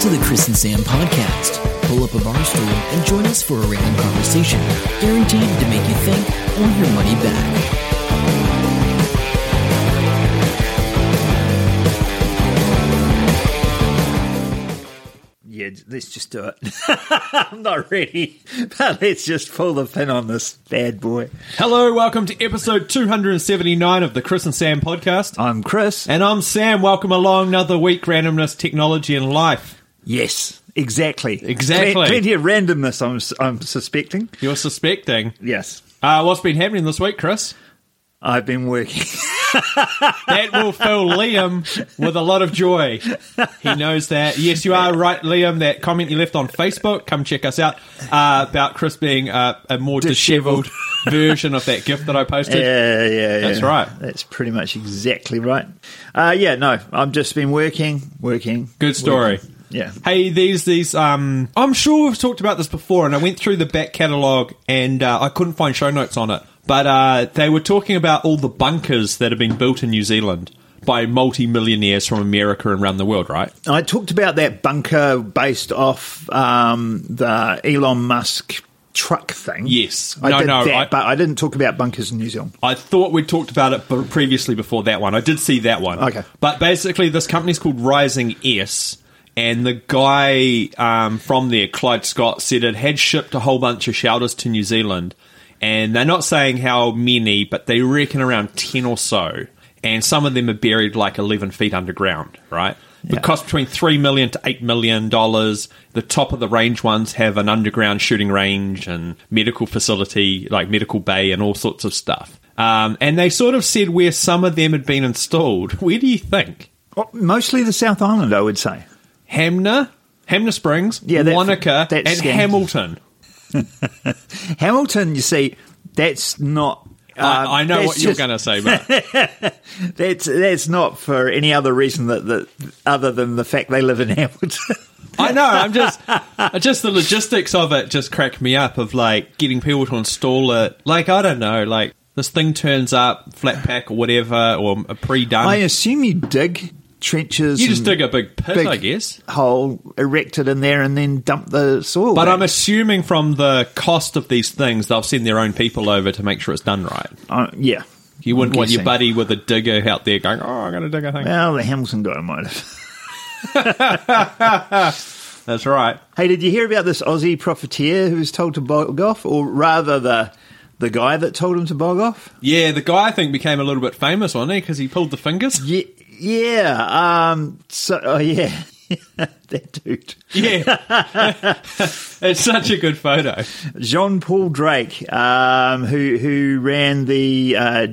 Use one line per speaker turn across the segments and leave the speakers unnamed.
to the Chris and Sam podcast. Pull up a bar stool and join us for a random conversation, guaranteed to make you think or your money back.
Yeah, j- let's just do it. I'm not ready, but let's just pull the pin on this bad boy.
Hello, welcome to episode 279 of the Chris and Sam podcast.
I'm Chris.
And I'm Sam. Welcome along another week, randomness, technology, and life.
Yes, exactly.
Exactly.
Plen- Plenty of randomness, I'm, s- I'm suspecting.
You're suspecting.
Yes,
Uh, what's been happening this week, Chris?
I've been working.
That will fill Liam with a lot of joy. He knows that. Yes, you are right, Liam. That comment you left on Facebook, come check us out, uh, about Chris being uh, a more
Dishevelled.
disheveled version of that gift that I posted.
yeah, yeah, yeah.
That's right.
That's pretty much exactly right. Uh, yeah, no, I've just been working, working.
Good story.
working. Yeah.
Hey, these these um, I'm sure we've talked about this before, and I went through the back catalogue and uh, I couldn't find show notes on it. But uh, they were talking about all the bunkers that have been built in New Zealand by multi-millionaires from America and around the world, right?
I talked about that bunker based off um, the Elon Musk truck thing.
Yes.
I
No,
did
no,
that,
I-
but I didn't talk about bunkers in New Zealand.
I thought we talked about it b- previously before that one. I did see that one.
Okay.
But basically, this company's called Rising S, and the guy um, from there, Clyde Scott, said it had shipped a whole bunch of shelters to New Zealand, and they're not saying how many, but they reckon around 10 or so, and some of them are buried like 11 feet underground, right? The
Yeah.
cost between three million to eight million dollars. The top of the range ones have an underground shooting range and medical facility, like medical bay and all sorts of stuff. Um, and they sort of said where some of them had been installed. Where do you think?
Well, mostly the South Island, I would say.
Hamner, Hamner Springs,
Yeah, that-
Wanaka,
that
and
scan-
Hamilton.
Hamilton, you see, that's not. um,
I, I know
that's
what you're
just-
going to say, but
That's that's not for any other reason that, that other than the fact they live in Hamilton.
I know. I'm just, just the logistics of it just cracked me up. Of like getting people to install it. Like I don't know. Like this thing turns up flat pack or whatever, or a pre-done.
I assume you dig trenches.
You just
and
dig a big pit,
big
I guess.
Hole erected in there and then dump the soil.
But I'm
back.
assuming from the cost of these things, they'll send their own people over to make sure it's done right.
Uh, yeah.
You wouldn't
I'm
want your
guessing.
buddy with a digger out there going, "Oh, I'm going to dig a thing."
Well, the Hamilton guy might have.
That's right.
Hey, did you hear about this Aussie profiteer who was told to bog off, or rather the the guy that told him to bog off?
Yeah, the guy I think became a little bit famous, wasn't he? Because he pulled the fingers.
Yeah, yeah. Um, so, oh, yeah, that dude,
Yeah, it's such a good photo.
Jean Paul Drake, um, who who ran the uh,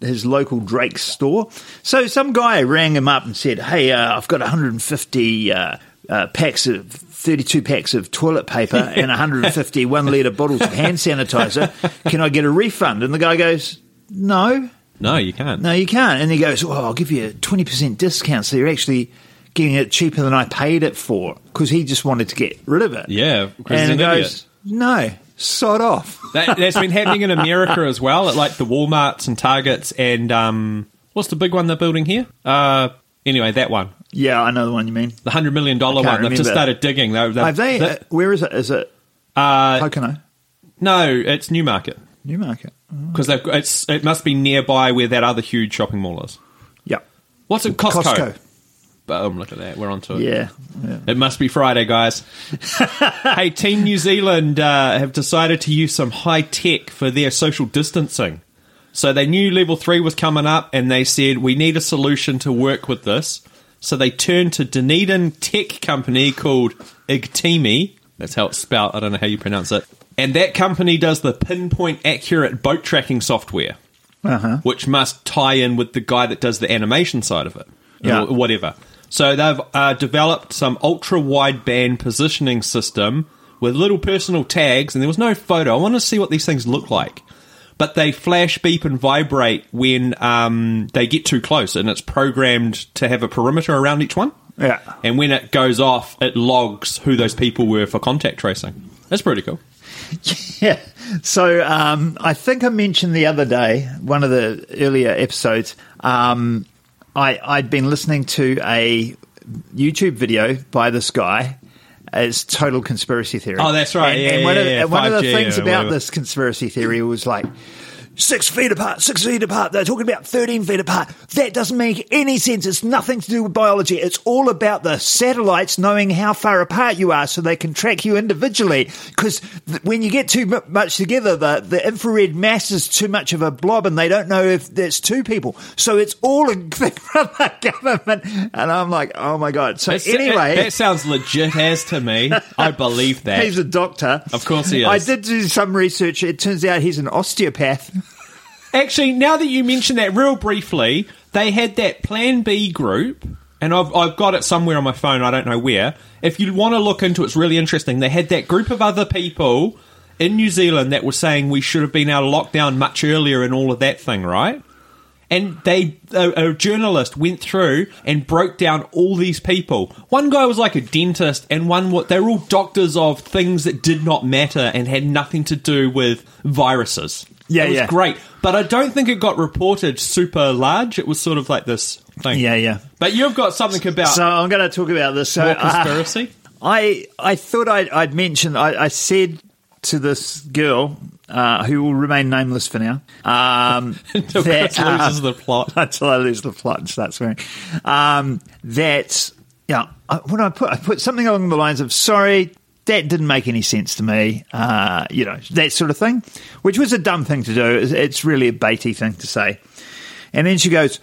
his local Drake store. So some guy rang him up and said, "Hey, uh, I've got 150 uh, uh, packs of." 32 packs of toilet paper and 150 one litre bottles of hand sanitizer. Can I get a refund? And the guy goes, No,
No, you can't.
no, you can't. And he goes, Well, I'll give you a 20% discount. So you're actually getting it cheaper than I paid it for because he just wanted to get rid of it.
Yeah, 'cause he's
And he
an idiot.
goes, No, sod off.
That, that's been happening in America as well, at like the WalMarts and Targets, and um, what's the big one they're building here? Uh, anyway, that one,
Yeah, I know the one you mean.
the hundred million dollar
I
one.
can't
They've just
remember.
started digging. They, they,
Have they, uh, where is it? Is it
uh,
Pocono?
No, it's Newmarket
Newmarket.
because they've got- it's it must be nearby where that other huge shopping mall is.
Yep.
What's it Costco?
Costco.
Boom! Look at that. We're onto it.
Yeah. yeah.
It must be Friday, guys. hey, Team New Zealand uh, have decided to use some high tech for their social distancing. So they knew level three was coming up, and they said we need a solution to work with this. So they turned to Dunedin tech company called Igtimi. That's how it's spelled. I don't know how you pronounce it. And that company does the pinpoint accurate boat tracking software, uh-huh. which must tie in with the guy that does the animation side of it.
Yeah.
Or- whatever. So they've uh, developed some ultra wideband positioning system with little personal tags, and there was no photo. I want to see what these things look like, but they flash, beep, and vibrate when um, they get too close, and it's programmed to have a perimeter around each one.
Yeah.
And when it goes off, it logs who those people were for contact tracing. That's pretty cool.
Yeah. So um, I think I mentioned the other day, one of the earlier episodes, um, I, I'd been listening to a YouTube video by this guy is total conspiracy theory.
Oh, that's right.
And,
Yeah,
and one,
yeah,
of,
yeah,
and one of the
5G
things
or
about
whatever.
this conspiracy theory was like. Six feet apart, six feet apart. They're talking about 13 feet apart. That doesn't make any sense. It's nothing to do with biology. It's all about the satellites knowing how far apart you are so they can track you individually. Because th- when you get too mu- much together, the, the infrared mass is too much of a blob and they don't know if there's two people. So it's all a thing from the government. And I'm like, oh my God. So
That's-
anyway.
that, that sounds legit as to me. I believe that.
He's a doctor.
Of course he is.
I did do some research. It turns out he's an osteopath.
Actually, now that you mention that real briefly, they had that Plan B group, and I've, I've got it somewhere on my phone, I don't know where. If you want to look into it, it's really interesting. They had that group of other people in New Zealand that were saying we should have been out of lockdown much earlier and all of that thing, right? And they, a, a journalist went through and broke down all these people. One guy was like a dentist, and one what they were all doctors of things that did not matter and had nothing to do with viruses.
Yeah,
it was
yeah.
great, but I don't think it got reported super large. It was sort of like this thing.
Yeah, yeah.
But you've got something about
So I'm going to talk about this. So
Uh, more
uh,
conspiracy.
I I thought I'd, I'd mention. I, I said to this girl uh, who will remain nameless for now. Um,
Until Chris
uh,
loses the plot.
until I lose the plot and start swearing. Um, that yeah, I, what I put I put something along the lines of sorry. That didn't make any sense to me, uh, you know, that sort of thing, which was a dumb thing to do. It's, it's really a baity thing to say. And then she goes,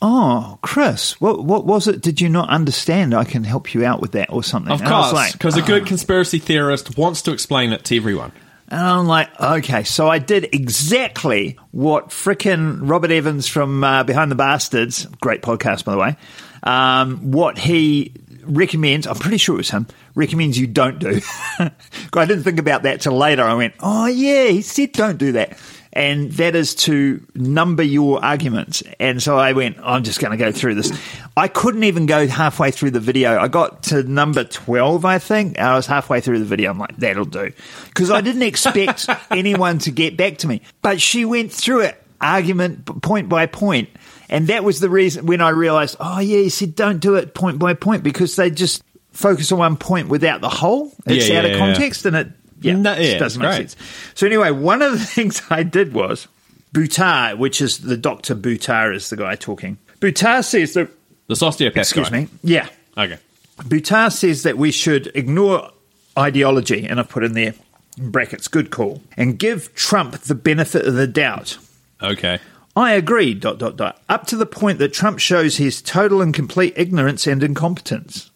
"Oh, Chris, what what was it? Did you not understand? I can help you out with that or something."
Of
And I was
course,
like,
because a good conspiracy theorist wants to explain it to everyone.
and I'm like, okay, so I did exactly what frickin' Robert Evans from uh, Behind the Bastards, great podcast, by the way, um, what he recommends, I'm pretty sure it was him, recommends you don't do. 'Cause I didn't think about that till later. I went, oh, yeah, he said don't do that. And that is to number your arguments. And so I went, I'm just going to go through this. I couldn't even go halfway through the video. I got to number 12, I think. I was halfway through the video. I'm like, that'll do. Because I didn't expect anyone to get back to me. But she went through it argument p- point by point. And that was the reason when I realized, oh, yeah, he said don't do it point by point because they just focus on one point without the whole. It's
Yeah,
out
yeah,
of
yeah.
context and it yeah,
No,
it
yeah,
doesn't make
great.
sense. So anyway, one of the things I did was Buttar, which is the doctor Buttar is the guy talking. Buttar says that
This osteopath.
excuse
guy.
me, yeah,
Okay.
Buttar says that we should ignore ideology, and I put in there in brackets, good call, and give Trump the benefit of the doubt.
Okay.
I agree. Dot dot dot. Up to the point that Trump shows his total and complete ignorance and incompetence.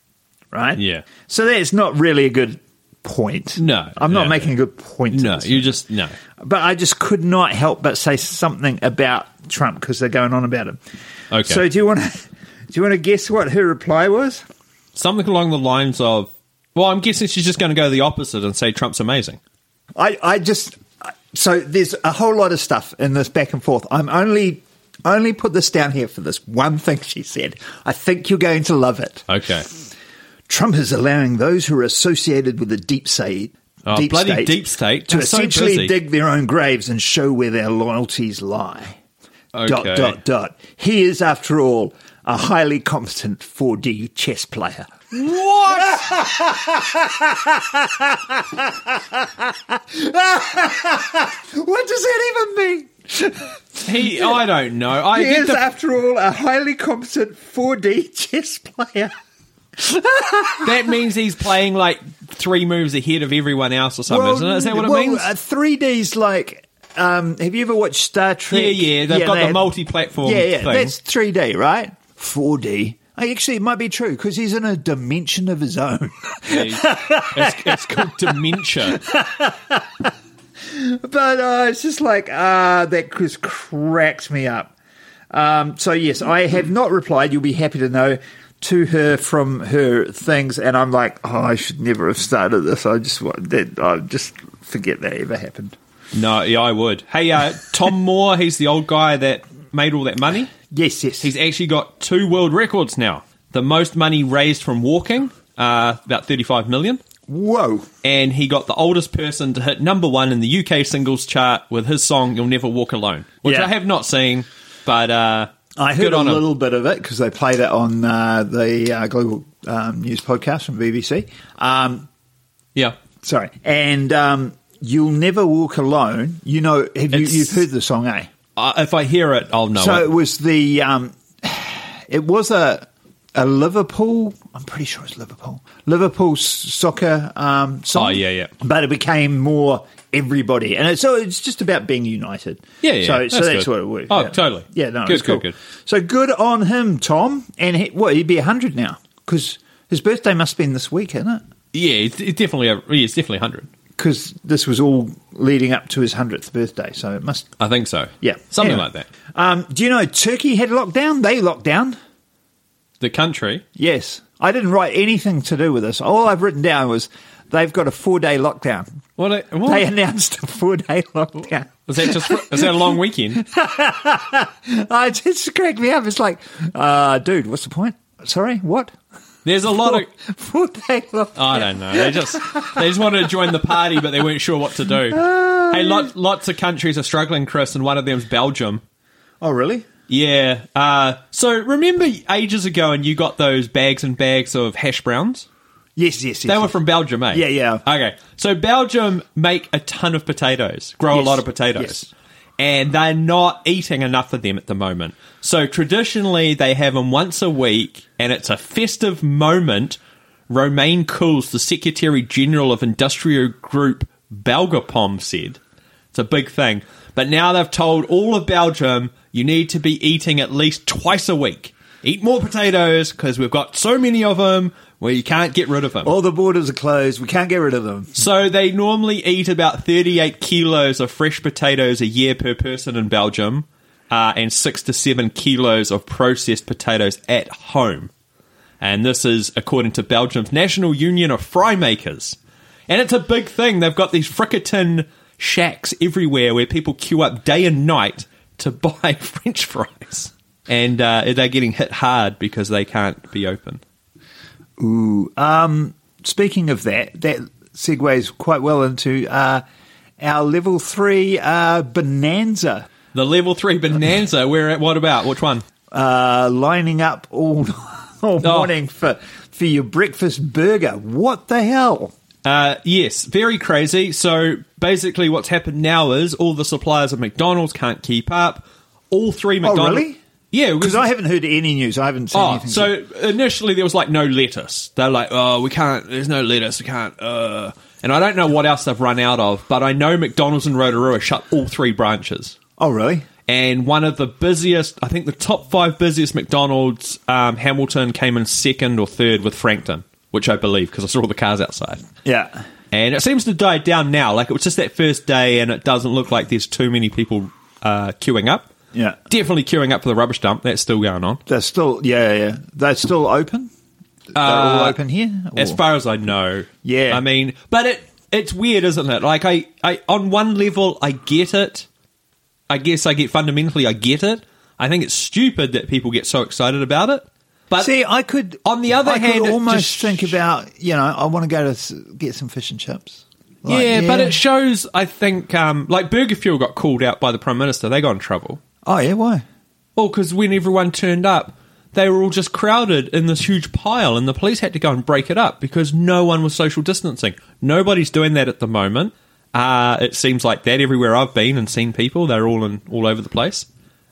Right.
Yeah.
So that's not really a good point.
No,
I'm not
no.
making a good point. to
No,
this.
you just no.
but I just could not help but say something about Trump because they're going on about him.
Okay.
So do you want to do you want to guess what her reply was?
Something along the lines of, well, I'm guessing she's just going to go the opposite and say Trump's amazing.
I, I just so there's a whole lot of stuff in this back and forth. I'm only only put this down here for this one thing she said. I think you're going to love it.
Okay.
Trump is allowing those who are associated with the deep state,
Oh,
deep
bloody
state,
deep state.
to
They're so
essentially
busy.
dig their own graves and show where their loyalties lie.
Okay.
Dot dot dot. He is, after all, a highly competent 4D chess player.
What?
What does that even mean?
He? I don't know. I
He
get
is,
the,
after all, a highly competent 4D chess player.
that means he's playing like three moves ahead of everyone else or something, isn't it? Is that what
well,
it means?
Uh, 3D's like. Um, have you ever watched Star Trek?
yeah, yeah. They've got
they
the
had-
multi-platform
Yeah, yeah.
thing.
That's 3D, right? 4D. I- Actually, it might be true because he's in a dimension of his own.
it's, it's called dementia.
but uh, it's just like, ah, that just cracked me up. Um, so, yes, I have not replied. You'll be happy to know to her from her things. And I'm like, oh, I should never have started this. I just want that. I just forget that ever happened.
No, yeah, I would. Hey, uh, Tom Moore, he's the old guy that made all that money.
Yes, yes.
He's actually got two world records now. The most money raised from walking, uh, about 35 million.
Whoa.
And he got the oldest person to hit number one in the UK singles chart with his song "You'll Never Walk Alone," which
Yeah.
I have not seen, but uh,
I heard
Good
a
on 'em.
little bit of it because they played it on uh, the uh, Global um, News podcast from BBC. Um,
Yeah.
sorry, and um, you'll never walk alone. You know, have you,
It's-
you've heard the song, eh?
Uh, if I hear it, I'll know.
so
it.
it was the um, it was a a Liverpool. I'm pretty sure it's Liverpool. Liverpool s- soccer um, song.
Oh, yeah, yeah.
But it became more everybody, and it, so it's just about being united.
Yeah, yeah,
So so
that's
that's
good.
what it was.
Oh,
yeah.
totally.
Yeah, no,
Good,
it's cool.
good, good.
So good on him, Tom. And he, what he'd be hundred now because his birthday must have been this week, isn't it?
Yeah, it's, it's definitely a, yeah, it's definitely hundred.
Because this was all leading up to his hundredth birthday, so it must.
I think so.
Yeah,
something
Anyway.
like that.
Um, do you know Turkey had lockdown? They locked down.
The country.
Yes. I didn't write anything to do with this. All I've written down was they've got a four day lockdown.
What? a- what?
They announced a four day lockdown.
is that just? Is that a long weekend?
I it just cracked me up. It's like, uh, dude, what's the point? Sorry, what?
There's a lot of.
Four day lockdown.
I don't know. They just they just wanted to join the party, but they weren't sure what to do. Hey, lot, lots of countries are struggling, Chris, and one of them's Belgium.
Oh, really?
Yeah. Uh, so remember ages ago, and you got those bags and bags of hash browns.
Yes, yes, yes.
They were
yes.
from Belgium, eh?
Yeah, yeah.
Okay. So Belgium make a ton of potatoes, grow
Yes.
a lot of potatoes.
Yes.
And they're not eating enough of them at the moment. So traditionally they have them once a week and it's a festive moment. Romain Coles, the Secretary General of Industrial Group Belgapom said. It's a big thing. But now they've told all of Belgium you need to be eating at least twice a week. Eat more potatoes because we've got so many of them where you can't get rid of them.
All the borders are closed. We can't get rid of them.
So they normally eat about 38 kilos of fresh potatoes a year per person in Belgium, uh, and six to seven kilos of processed potatoes at home. And this is according to Belgium's National Union of Fry Makers. And it's a big thing. They've got these frickin' shacks everywhere where people queue up day and night to buy French fries. And uh, they're getting hit hard because they can't be open.
Ooh. Um, speaking of that, that segues quite well into uh, our level three uh, bonanza.
The level three bonanza, we're at what about? Which one?
uh, lining up all all
Oh.
morning for for your breakfast burger. What the hell?
Uh, yes, very crazy. So basically, what's happened now is all the suppliers of McDonald's can't keep up. All three McDonald's.
Oh, really?
Yeah,
Because I haven't heard any news. I haven't seen
Oh,
anything.
so initially there was like no lettuce. They're like, oh, we can't. There's no lettuce. We can't. Uh. And I don't know what else they've run out of, but I know McDonald's in Rotorua shut all three branches.
oh, really?
And one of the busiest, I think the top five busiest McDonald's, um, Hamilton came in second or third with Frankton, which I believe because I saw all the cars outside.
Yeah.
And it seems to die down now. Like it was just that first day, and it doesn't look like there's too many people uh, queuing up.
Yeah.
Definitely queuing up for the rubbish dump. That's still going on.
They're still yeah yeah. yeah. They're still open. They're all
Uh,
open here.
As
Or-
far as I know.
Yeah.
I mean, but it it's weird, isn't it? Like I, I on one level I get it. I guess I get fundamentally I get it. I think it's stupid that people get so excited about it. But
See, I could
On the other
I could
hand, it
almost
just-
think about you know I want to go to s- get some fish and chips. Like,
yeah, but it shows I think um, like Burger Fuel got called out by the Prime Minister, they got in trouble.
oh yeah, why?
Well, because when everyone turned up, they were all just crowded in this huge pile, and the police had to go and break it up because no one was social distancing. Nobody's doing that at the moment. Uh, it seems like that everywhere I've been and seen people, they're all in all over the place.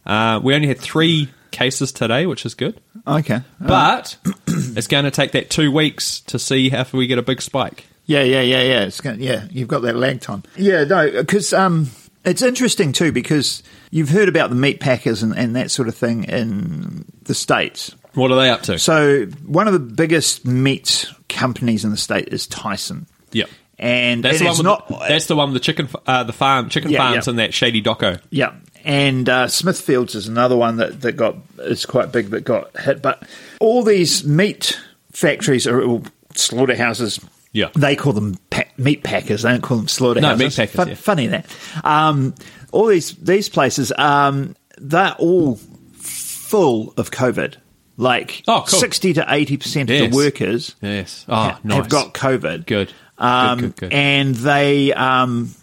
Uh, we only had three cases today, which is good,
Okay,
but it's going to take that two weeks to see if we get a big spike.
Yeah, yeah, yeah, yeah. It's going yeah, you've got that lag time. Yeah, no, because um, it's interesting too because you've heard about the meat packers and, and that sort of thing in the states.
What are they up to?
So one of the biggest meat companies in the state is Tyson.
yeah,
and,
that's
and
the one.
it's
With
not
the, that's the one with the chicken, f- uh, the farm, chicken
Yeah,
farms,
yeah.
and that shady doco.
Yeah, and uh, Smithfields is another one that, that got is quite big that got hit. But all these meat factories are or slaughterhouses.
Yeah.
they call them pa- meat packers. They don't call them slaughterhouses.
meat packers,
Fun-
yeah.
Funny that. Um, all these these places, um, they're all full of COVID. Like
Oh, cool.
sixty to eighty percent of
Yes.
the workers
Yes. Oh,
ha-
nice.
have got COVID.
Good.
Um,
Good, good, good.
And they um,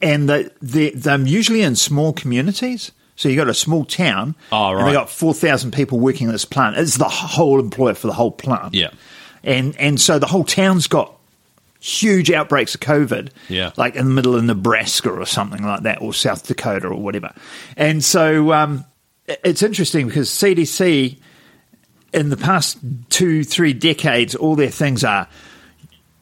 and they, they they're usually in small communities. So you got a small town.
Oh,
And
right.
they got 4,000 people working in this plant. It's the whole employer for the whole plant.
Yeah.
And, and so the whole town's got huge outbreaks of COVID.
Yeah.
Like in the middle of Nebraska or something like that, or South Dakota or whatever. And so um, it- it's interesting because CDC in the past two, three decades, all their things are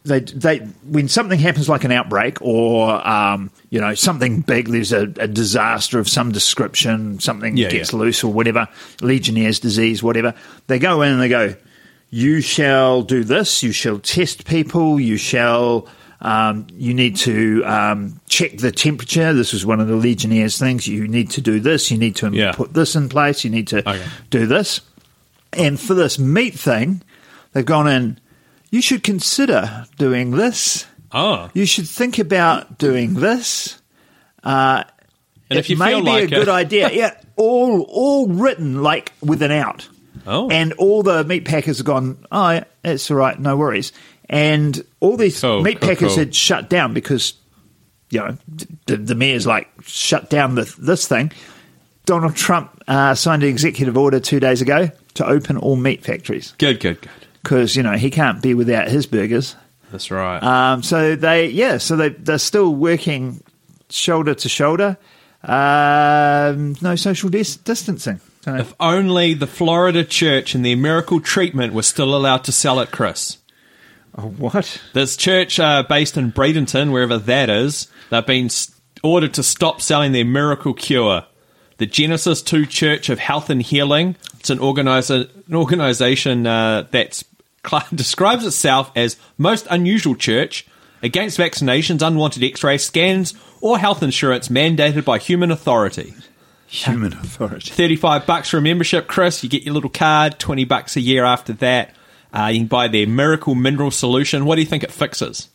they they when something happens like an outbreak or um, you know something big, there's a, a disaster of some description, something
Yeah,
gets
yeah.
loose or whatever, Legionnaire's disease, whatever. They go in and they go, you shall do this, you shall test people, you shall. Um, you need to um, check the temperature. This is one of the Legionnaires' things. You need to do this. You need to
Yeah.
put this in place. You need to
Okay.
do this. And for this meat thing, they've gone in, you should consider doing this.
Oh,
You should think about doing this.
and if you
may
feel
be
like
a good idea. Yeah, all all written like with an out.
Oh.
And all the meat packers have gone, oh, yeah, it's all right, no worries. And all these
Cool,
meat
cool,
packers
cool.
had shut down because, you know, the, the mayor's like, shut down the, this thing. Donald Trump uh, signed an executive order two days ago to open all meat factories
good, good, good.
because, you know, he can't be without his burgers.
That's right.
Um, so they, yeah, so they they're still working shoulder to shoulder. Um, no social dis- distancing. So-
if only the Florida church and their miracle treatment were still allowed to sell it, Chris.
oh, what?
This church uh, based in Bradenton, wherever that is, they've been s- ordered to stop selling their miracle cure. The Genesis 2 Church of Health and Healing. It's an, organisa- an organization uh, that describes itself as most unusual church against vaccinations, unwanted x ray scans, or health insurance mandated by human authority.
Human authority.
35 bucks for a membership, Chris. You get your little card, 20 bucks a year after that. Uh, you can buy their miracle mineral solution. What do you think it fixes?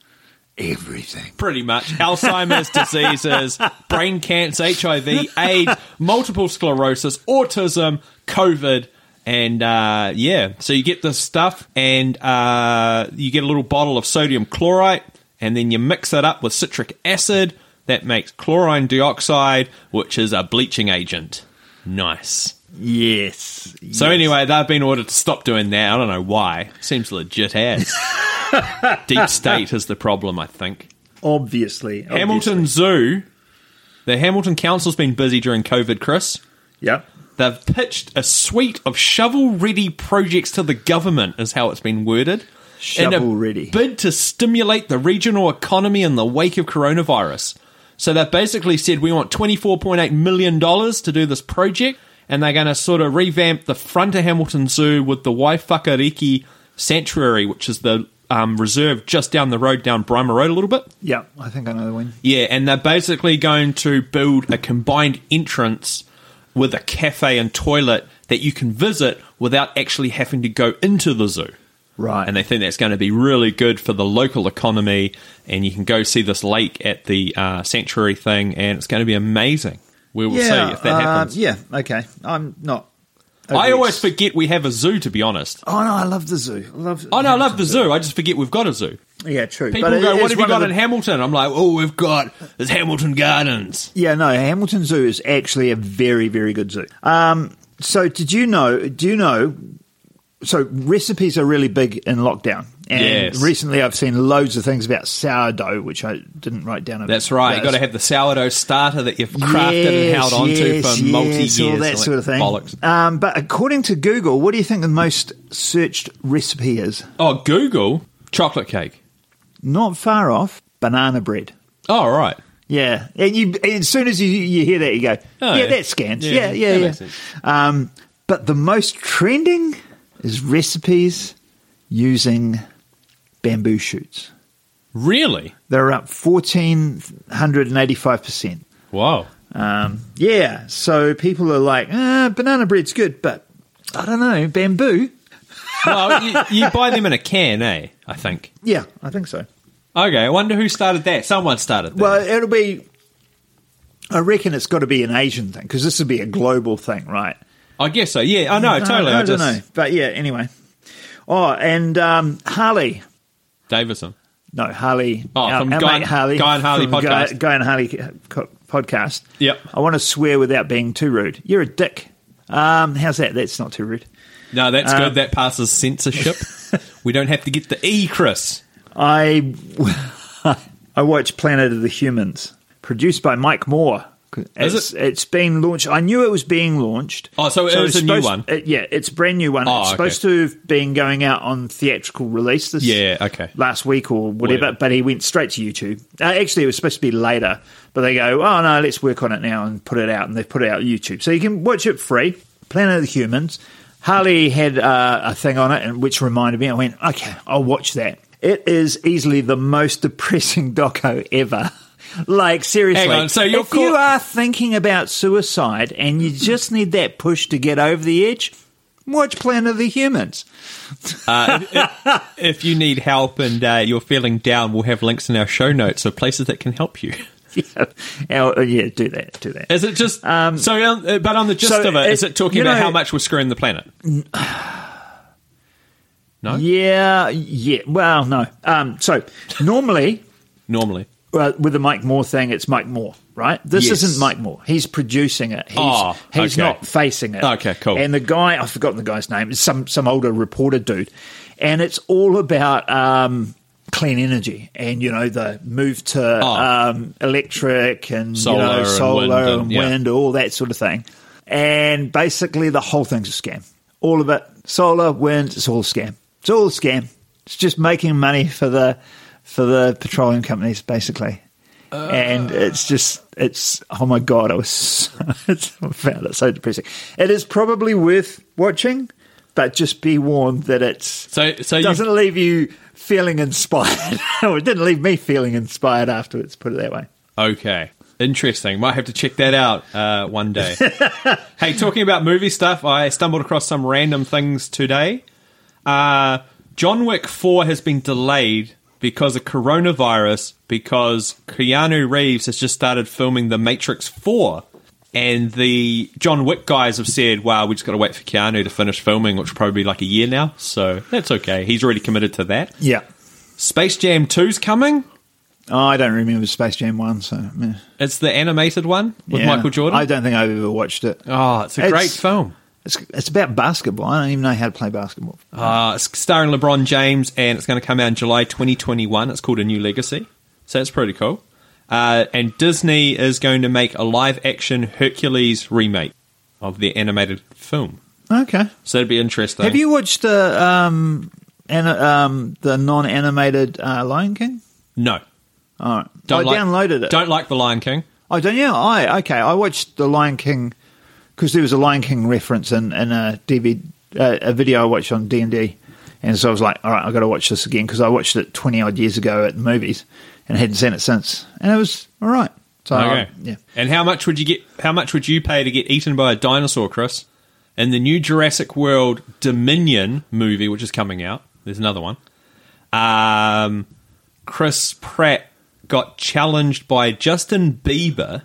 Everything.
Pretty much. Alzheimer's diseases, brain cancer, HIV, AIDS, multiple sclerosis, autism, COVID. And uh, yeah, so you get this stuff, and uh, you get a little bottle of sodium chlorite, and then you mix it up with citric acid. That makes chlorine dioxide, which is a bleaching agent. Nice.
Yes.
So anyway, they've been ordered to stop doing that. I don't know why. Seems legit as. Deep state is the problem, I think.
obviously, obviously.
Hamilton Zoo. The Hamilton Council's been busy during COVID, Chris.
Yep.
They've pitched a suite of shovel-ready projects to the government, is how it's been worded. in a
Shovel-ready.
bid to stimulate the regional economy in the wake of coronavirus. So they've basically said we want twenty-four point eight million dollars to do this project, and they're going to sort of revamp the front of Hamilton Zoo with the Waifakariki Sanctuary, which is the um, reserve just down the road down Brymer Road a little bit.
Yep. I think I know the one.
Yeah, and they're basically going to build a combined entrance with a cafe and toilet that you can visit without actually having to go into the zoo.
Right.
And they think that's going to be really good for the local economy, and you can go see this lake at the uh, sanctuary thing, and it's going to be amazing. We will see if that
uh,
happens.
yeah. Okay. I'm not.
I always
obese.
forget we have a zoo, to be honest.
Oh no! I love the zoo. I love.
Oh, no, I love the zoo. I just forget we've got a zoo.
Yeah, true.
People
But it
go,
is
What have you
one
got
of
in
the-
Hamilton? I'm like, Oh, we've got there's Hamilton Gardens.
Yeah, no, Hamilton Zoo is actually a very, very good zoo. Um, so, did you know? Do you know? So, recipes are really big in lockdown. And
Yes.
recently, I've seen loads of things about sourdough, which I didn't write down.
That's right. You've got to have the sourdough starter that you've crafted and held onto
yes,
for multi
yes,
years.
all that
Like,
sort of thing.
Bollocks.
Um, but according to Google, what do you think the most searched recipe is?
Oh, Google chocolate cake.
Not far off, banana bread.
Oh, right.
Yeah, and you and as soon as you, you hear that, you go,
Oh,
yeah,
yeah.
that scans. Yeah, yeah,
Yeah, that
yeah.
makes sense.
Um, but the most trending is recipes using bamboo shoots.
Really?
They're up fourteen hundred and eighty-five percent. Um,
Wow.
Yeah, so people are like, ah, banana bread's good, but I don't know, bamboo.
well, you, you buy them in a can, eh? I think.
Yeah, I think so.
Okay, I wonder who started that. Someone started that.
Well, it'll be. I reckon it's got to be an Asian thing because this would be a global thing, right?
I guess so. Yeah, I know, totally. I,
I don't
just
know, but yeah. Anyway, oh, and um, Harley,
Davison.
no Harley,
Oh,
our,
from
our
Guy-
mate Harley,
Guy and Harley
from Guy,
podcast.
Guy and Harley uh, co- podcast.
Yep.
I want to swear without being too rude. You're a dick. Um, how's that? That's not too rude.
No, that's
Uh,
good. That passes censorship. we don't have to get the E, Chris.
I I watched Planet of the Humans, produced by Mike Moore. It's,
Is
it's been launched. I knew it was being launched.
Oh, so it is
it's
a new
supposed-
one?
it- yeah, it's a brand new one.
Oh,
it's
okay.
supposed to have been going out on theatrical release this
Yeah, okay.
last week or whatever,
Whatever.
but he went straight to YouTube. Uh, actually, it was supposed to be later, but they go, oh no, let's work on it now and put it out, and they put it out on YouTube. So you can watch it free. Planet of the Humans. Harley had uh, a thing on it, and which reminded me. I went, okay, I'll watch that. It is easily the most depressing doco ever. like seriously,
Hang on, so you're
if you
caught-
are thinking about suicide and you just need that push to get over the edge, watch Planet of the Humans.
If you need help and uh, you're feeling down, we'll have links in our show notes of places that can help you.
yeah, Oh, yeah, do that, do that.
Is it just so? um, uh, But on the gist
so
of it,
it-
is it talking
you
about
know-
how much we're screwing the planet? No,
Yeah, yeah. Well, no. Um, so normally,
normally.
well, with the Mike Moore thing, it's Mike Moore, right? This
Yes.
isn't Mike Moore. He's producing it. He's,
Oh,
he's
okay.
not facing it.
Okay, cool.
And the guy, I've forgotten the guy's name. It's some some older reporter dude, and it's all about. Um, Clean energy, and you know the move to
Ah.
um, electric and
Solar
you know
and
solar
wind and-
and
yeah.
wind and all that sort of thing. And basically, the whole thing's a scam. All of it, solar, wind, it's all a scam. It's all a scam. It's just making money for the for the petroleum companies, basically. and
Ah.
it's just, it's oh my god, I was, so, I found it so depressing. It is probably worth watching, but just be warned that it's
So, so you
doesn't leave you feeling inspired. or it didn't leave me feeling inspired afterwards. Put it that way.
Okay. Interesting. Might have to check that out uh, one day. hey, talking about movie stuff, I stumbled across some random things today. Uh, John Wick 4 has been delayed because of coronavirus, because Keanu Reeves has just started filming The Matrix 4. And the John Wick guys have said, wow, we just got to wait for Keanu to finish filming, which will probably be like a year now. So that's okay. He's already committed to that.
Yeah.
Space Jam 2's coming.
Oh, I don't remember Space Jam 1, so. meh.
It's the animated one with
Yeah.
Michael Jordan.
I don't think I've ever watched it.
Oh, it's a
It's-
great film.
It's, it's about basketball. I don't even know how to play basketball.
Uh, it's starring LeBron James, and it's going to come out in July 2021. It's called A New Legacy, so it's pretty cool. Uh, and Disney is going to make a live-action Hercules remake of their animated film,
Okay.
so it'd be interesting.
Have you watched the um, an, um the non animated uh, Lion King?
No,
All right.
Don't
I
like-
Oh, downloaded it.
Don't like The Lion King.
Oh, don't you? I okay. I watched the Lion King because there was a Lion King reference in, in a DVD, uh, a video I watched on D and D, and so I was like, all right, I got to watch this again because I watched it twenty odd years ago at the movies and hadn't seen it since, and it was all right. So
Okay.
Oh, yeah.
And how much would you get? How much would you pay to get eaten by a dinosaur, Chris? In the new Jurassic World Dominion movie, which is coming out, there's another one. Um, Chris Pratt got challenged by Justin Bieber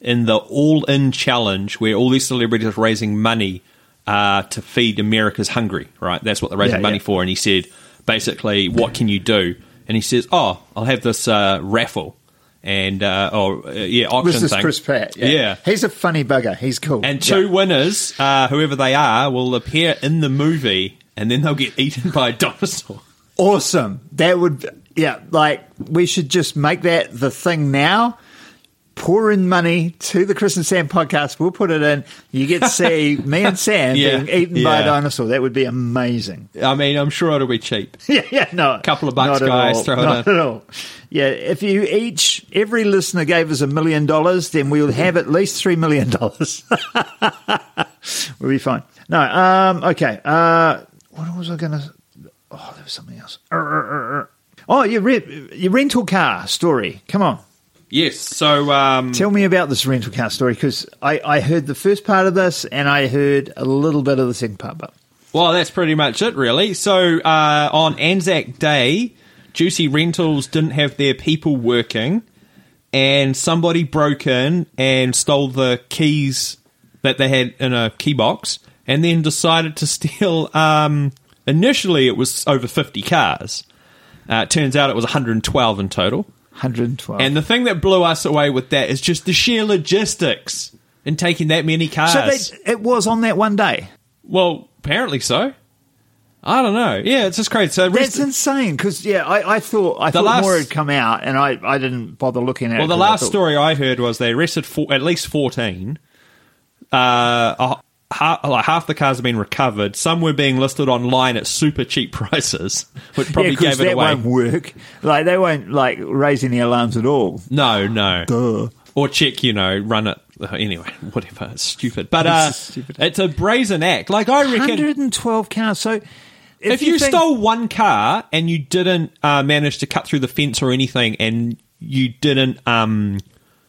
in the All In Challenge, where all these celebrities are raising money uh, to feed America's hungry. Right, that's what they're raising
Yeah,
money
yeah.
for. And he said, basically, what can you do? And he says, oh, I'll have this uh, raffle and uh, or uh, yeah, auction
This is
thing.
Chris Pratt. Yeah.
yeah.
he's a funny bugger. He's cool.
And two winners, uh, whoever they are, will appear in the movie, and then they'll get eaten by a dinosaur.
Awesome. That would, yeah, like we should just make that the thing now. Pour in money to the Chris and Sam podcast. We'll put it in. You get to see me and Sam
Yeah.
being eaten by a
Yeah.
dinosaur. That would be amazing.
I mean, I'm sure it'll be cheap.
Yeah, yeah, no.
Couple of bucks,
not at
guys,
all.
throw it
Not
in.
at all. Yeah, if you each, every listener gave us a million dollars, then we'll have at least three million dollars. we'll be fine. No, um, okay. Uh, what was I going to? Oh, there was something else. Oh, your re- your rental car story. Come on,
Yes. So, um,
tell me about this rental car story because I, I heard the first part of this and I heard a little bit of the second part, but
well, that's pretty much it, really. So, uh, on Anzac Day, Juicy Rentals didn't have their people working, and somebody broke in and stole the keys that they had in a key box, and then decided to steal. Um, initially, it was over 50 cars. Uh, it turns out it was 112 in total.
112.
And the thing that blew us away with that is just the sheer logistics in taking that many cars.
so they, it was on that one day.
well, apparently so. I don't know. Yeah, it's just crazy. So
That's
rest-
insane because yeah, I, I thought I thought
last-
more had come out, and I, I didn't bother looking at.
Well,
it
the
'cause I
last
thought-
story I heard was they arrested four, at least 14. Uh, a- half, like half the cars have been recovered. Some were being listed online at super cheap prices, which probably
yeah, 'cause
gave it
that
away.
won't work. Like they won't like raise any alarms at all.
No, no.
Duh.
Or check, you know, run it. Anyway, whatever. It's stupid. But uh,
This is stupid.
it's a brazen act. Like, I reckon
112 cars. So if,
if, you,
think-
stole one car and you didn't uh, manage to cut through the fence or anything, and you didn't, um,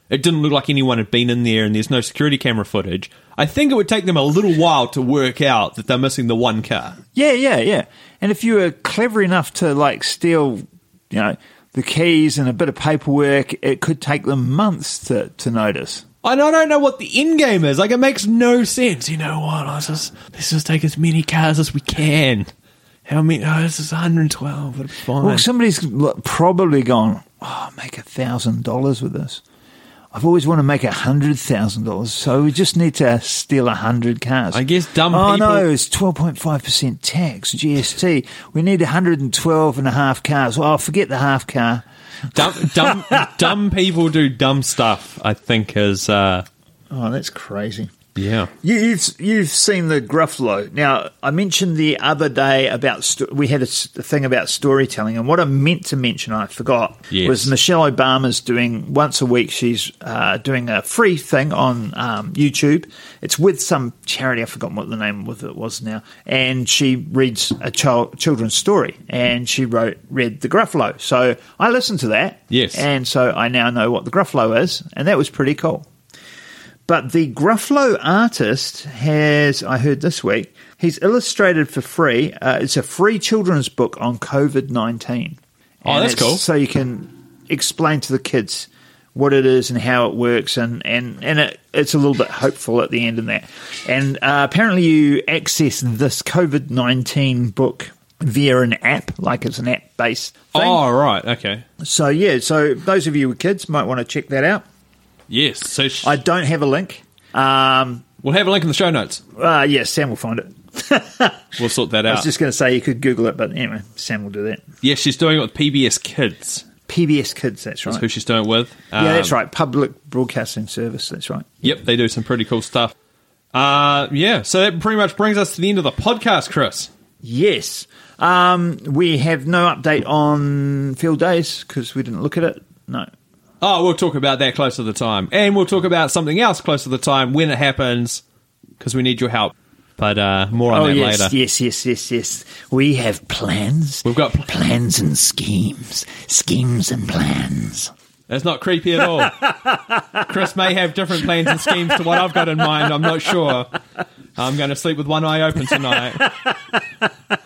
it didn't look like anyone had been in there, and there's no security camera footage. I think it would take them a little while to work out that they're missing the one car.
Yeah, yeah, yeah. And if you were clever enough to like steal, you know, the keys and a bit of paperwork, it could take them months to, to notice.
And I don't know what the end game is. Like, it makes no sense. You know what? Let's just, let's just take as many cars as we can. How many? Oh, this is 112. It'll be fine.
Well, somebody's lo- probably gone, oh, I'll make a thousand dollars with this. I've always wanted to make a hundred thousand dollars, so we just need to steal a hundred cars.
I guess dumb
Oh
people-
no, it's twelve point five percent tax GST. We need a hundred and twelve and a half cars. Well, I'll forget the half car.
dumb, dumb, dumb people do dumb stuff, I think, is, uh,
Oh, that's crazy.
yeah.
You, you've you've seen the Gruffalo. Now I mentioned the other day about sto- we had a s- a thing about storytelling, and what I meant to mention I forgot
Yes.
was Michelle Obama's doing once a week. She's uh, doing a free thing on um, YouTube. It's with some charity. I've forgotten what the name of it was now. And she reads a child children's story, and she wrote read the Gruffalo. So I listened to that.
Yes.
and so I now know what the Gruffalo is, and that was pretty cool. But the Gruffalo artist has, I heard this week, he's illustrated for free. Uh, it's a free children's book on COVID 19.
Oh, that's cool.
So you can explain to the kids what it is and how it works, and, and, and it, it's a little bit hopeful at the end in that. And uh, apparently, you access this COVID 19 book via an app, like it's an app based thing.
Oh, right. Okay.
So, yeah, so those of you with kids might want to check that out.
Yes. So sh-
I don't have a link. Um,
we'll have a link in the show notes.
Uh, yeah, Sam will find it.
We'll sort that
I
out.
was just going to say you could Google it, but anyway, Sam will do that.
yeah, she's doing it with PBS Kids.
PBS Kids, that's right.
That's who she's doing it with.
yeah, that's
Um,
right. Public Broadcasting Service, that's right.
Yep, they do some pretty cool stuff. Uh, yeah, so that pretty much brings us to the end of the podcast, Chris.
Yes. Um, we have no update on field days because we didn't look at it. No.
Oh, we'll talk about that closer to the time. And we'll talk about something else closer to the time when it happens, because we need your help. But uh, more on
oh,
that
yes,
later.
yes, yes, yes, yes. We have plans.
We've got pl-
Plans and schemes. Schemes and plans.
That's not creepy at all. Chris may have different plans and schemes to what I've got in mind. I'm not sure. I'm going to sleep with one eye open tonight.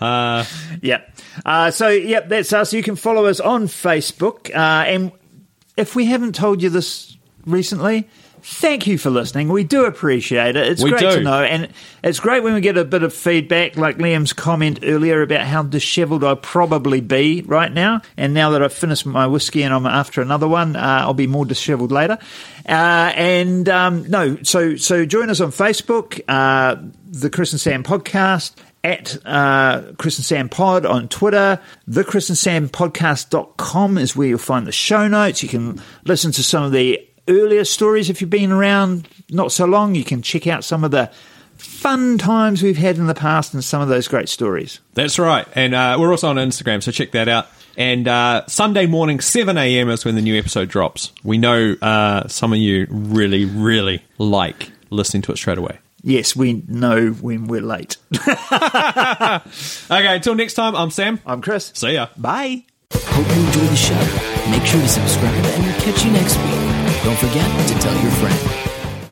Yep. Uh, so, yep, that's us. You can follow us on Facebook. Uh, and if we haven't told you this recently, thank you for listening. We do appreciate it. It's
We
great
do.
to know. And it's great when we get a bit of feedback, like Liam's comment earlier about how disheveled I'll probably be right now. And now that I've finished my whiskey and I'm after another one, uh, I'll be more disheveled later. Uh, and um, no, so, so join us on Facebook, uh, the Chris and Sam podcast at uh, Chris and Sam Pod on Twitter. The Chris and Sam Podcast.com is where you'll find the show notes. You can listen to some of the earlier stories if you've been around not so long. You can check out some of the fun times we've had in the past and some of those great stories.
That's right. And uh, we're also on Instagram, so check that out. And uh, Sunday morning, 7 a.m. is when the new episode drops. We know uh, some of you really, really like listening to it straight away.
Yes, we know when we're late.
Okay, until next time, I'm Sam.
I'm Chris.
See ya.
Bye.
Hope you enjoyed the show. Make sure to subscribe and we'll catch you next week. Don't forget to tell your friend.